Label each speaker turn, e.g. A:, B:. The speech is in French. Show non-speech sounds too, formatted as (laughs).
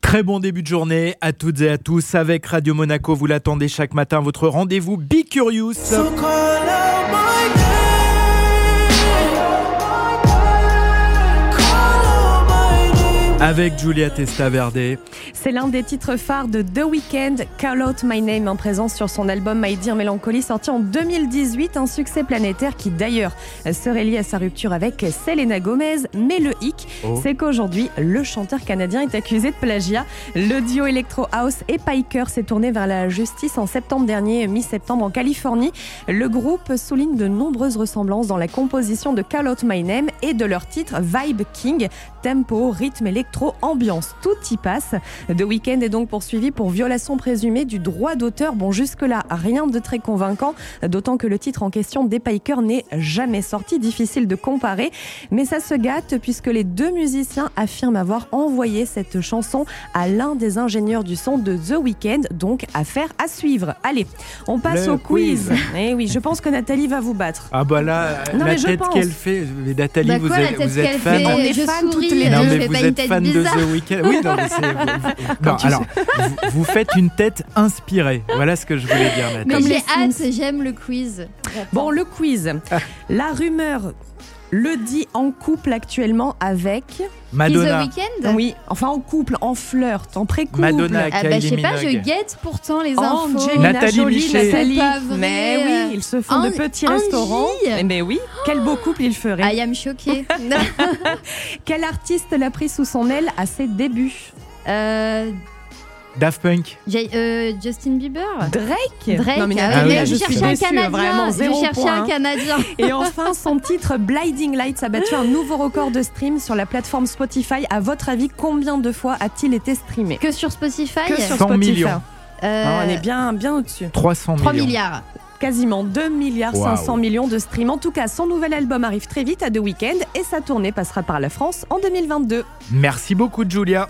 A: Très bon début de journée à toutes et à tous avec Radio Monaco. Vous l'attendez chaque matin, votre rendez-vous Be Curious. Avec Julia Testaverde.
B: C'est l'un des titres phares de The Weeknd, Call Out My Name, en présence sur son album My Dear Melancholy, sorti en 2018, un succès planétaire qui d'ailleurs serait lié à sa rupture avec Selena Gomez. Mais le hic,
A: Oh.
B: c'est qu'aujourd'hui, le chanteur canadien est accusé de plagiat. Le duo Electro House et Piker s'est tourné vers la justice en septembre dernier, mi-septembre en Californie. Le groupe souligne de nombreuses ressemblances dans la composition de Call Out My Name et de leur titre Vibe King, tempo, rythme électro, ambiance, tout y passe. The Weeknd est donc poursuivi pour violation présumée du droit d'auteur. Bon, jusque-là, rien de très convaincant, d'autant que le titre en question des Pikers n'est jamais sorti, difficile de comparer, mais ça se gâte puisque les deux musiciens affirment avoir envoyé cette chanson à l'un des ingénieurs du son de The Weeknd, donc affaire à suivre. Allez, on passe
A: Le
B: au quiz.
A: quiz.
B: Eh oui, je pense que Nathalie va vous battre.
A: Ah bah là,
B: Non,
A: la
B: mais je
A: tête
B: pense.
A: qu'elle fait. Mais Nathalie,
C: Bah
A: vous
C: quoi, la
A: êtes,
C: tête
A: vous êtes
C: qu'elle
A: fan.
C: fait
B: On est
C: Je
B: fans toutes
C: souris,
B: les
A: Non,
C: je
A: mais
C: fais
A: vous
C: pas une
A: êtes
C: tête
A: fan
C: bizarre.
A: de The Weeknd. Oui, non, mais c'est.
C: (laughs)
A: Non,
B: tu
A: alors, vous, vous faites une tête inspirée. Voilà ce que je voulais dire, Nathalie.
C: Mais
B: Comme
C: j'ai
B: les
C: hâte, j'aime le quiz.
B: Bon, le quiz.
C: Ah.
B: La rumeur le dit en couple actuellement avec.
C: Madonna.
A: Madonna.
C: Weekend
B: Oui, enfin en couple, en flirt, en pré-couple.
A: Madonna,
C: Ah bah je
A: Kylie
C: sais pas, je
A: Minogue.
C: guette pourtant les infos.
B: Angelina
A: Nathalie
B: Jolie,
A: Miché.
B: Nathalie.
C: C'est pas vrai.
B: Mais oui, ils se font
C: An-
B: de petits
C: Angie.
B: restaurants. Mais oui, quel beau couple ils feraient.
C: Ah, I am choquée.
B: Quel artiste l'a pris sous son aile à ses débuts
C: Euh,
A: Daft Punk.
C: J- euh, Justin Bieber
B: Drake.
C: Drake
B: Non mais,
C: ah
A: Ah
C: oui,
A: oui,
B: là,
C: je,
B: je suis
C: cherchais un
B: déçue,
C: Canadien.
B: vraiment
C: je
B: zéro
C: cherchais
B: point. hein.
C: un Canadien.
B: Et enfin, son titre Blinding Lights a battu un nouveau record de stream sur la plateforme Spotify. À votre avis, combien de fois a-t-il été streamé
C: Que sur Spotify
B: Que sur
A: 100
B: Spotify.
A: millions.
C: euh,
B: Ah, on est bien, bien au-dessus.
A: 300
C: 3
A: millions.
C: milliards.
B: Quasiment 2 milliards
A: Wow.
B: 500 millions de streams. En tout cas, son nouvel album arrive très vite à The Weeknd et sa tournée passera par la France en 2022.
A: Merci beaucoup, Julia.